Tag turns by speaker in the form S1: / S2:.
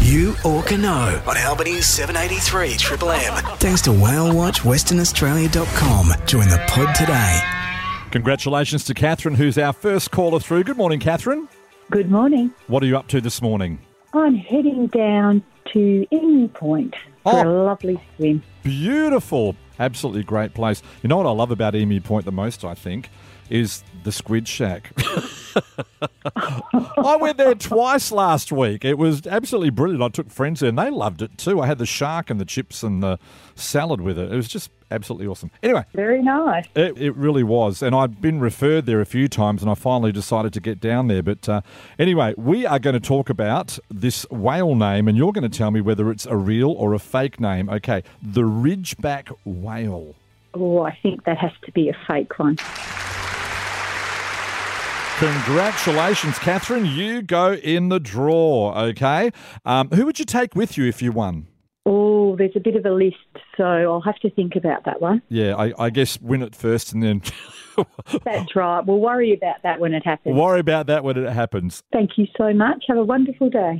S1: you or Cano on Albany 783 Triple M. Thanks to whalewatchwesternaustralia.com. Join the pod today.
S2: Congratulations to Catherine, who's our first caller through. Good morning, Catherine.
S3: Good morning.
S2: What are you up to this morning?
S3: I'm heading down to Emu Point for a lovely swim.
S2: Beautiful. Absolutely great place. You know what I love about Emu Point the most, I think, is the Squid Shack. I went there twice last week. It was absolutely brilliant. I took friends there and they loved it too. I had the shark and the chips and the salad with it. It was just absolutely awesome. Anyway,
S3: Very nice.
S2: it, it really was. And I've been referred there a few times and I finally decided to get down there. But uh, anyway, we are going to talk about this whale name and you're going to tell me whether it's a real or a fake name. Okay, the Ridgeback Whale.
S3: Oh, I think that has to be a fake one.
S2: Congratulations, Catherine. You go in the draw, okay? Um, who would you take with you if you won?
S3: Oh, there's a bit of a list, so I'll have to think about that one.
S2: Yeah, I, I guess win it first and then
S3: That's right. We'll worry about that when it happens.
S2: worry about that when it happens.
S3: Thank you so much. Have a wonderful day.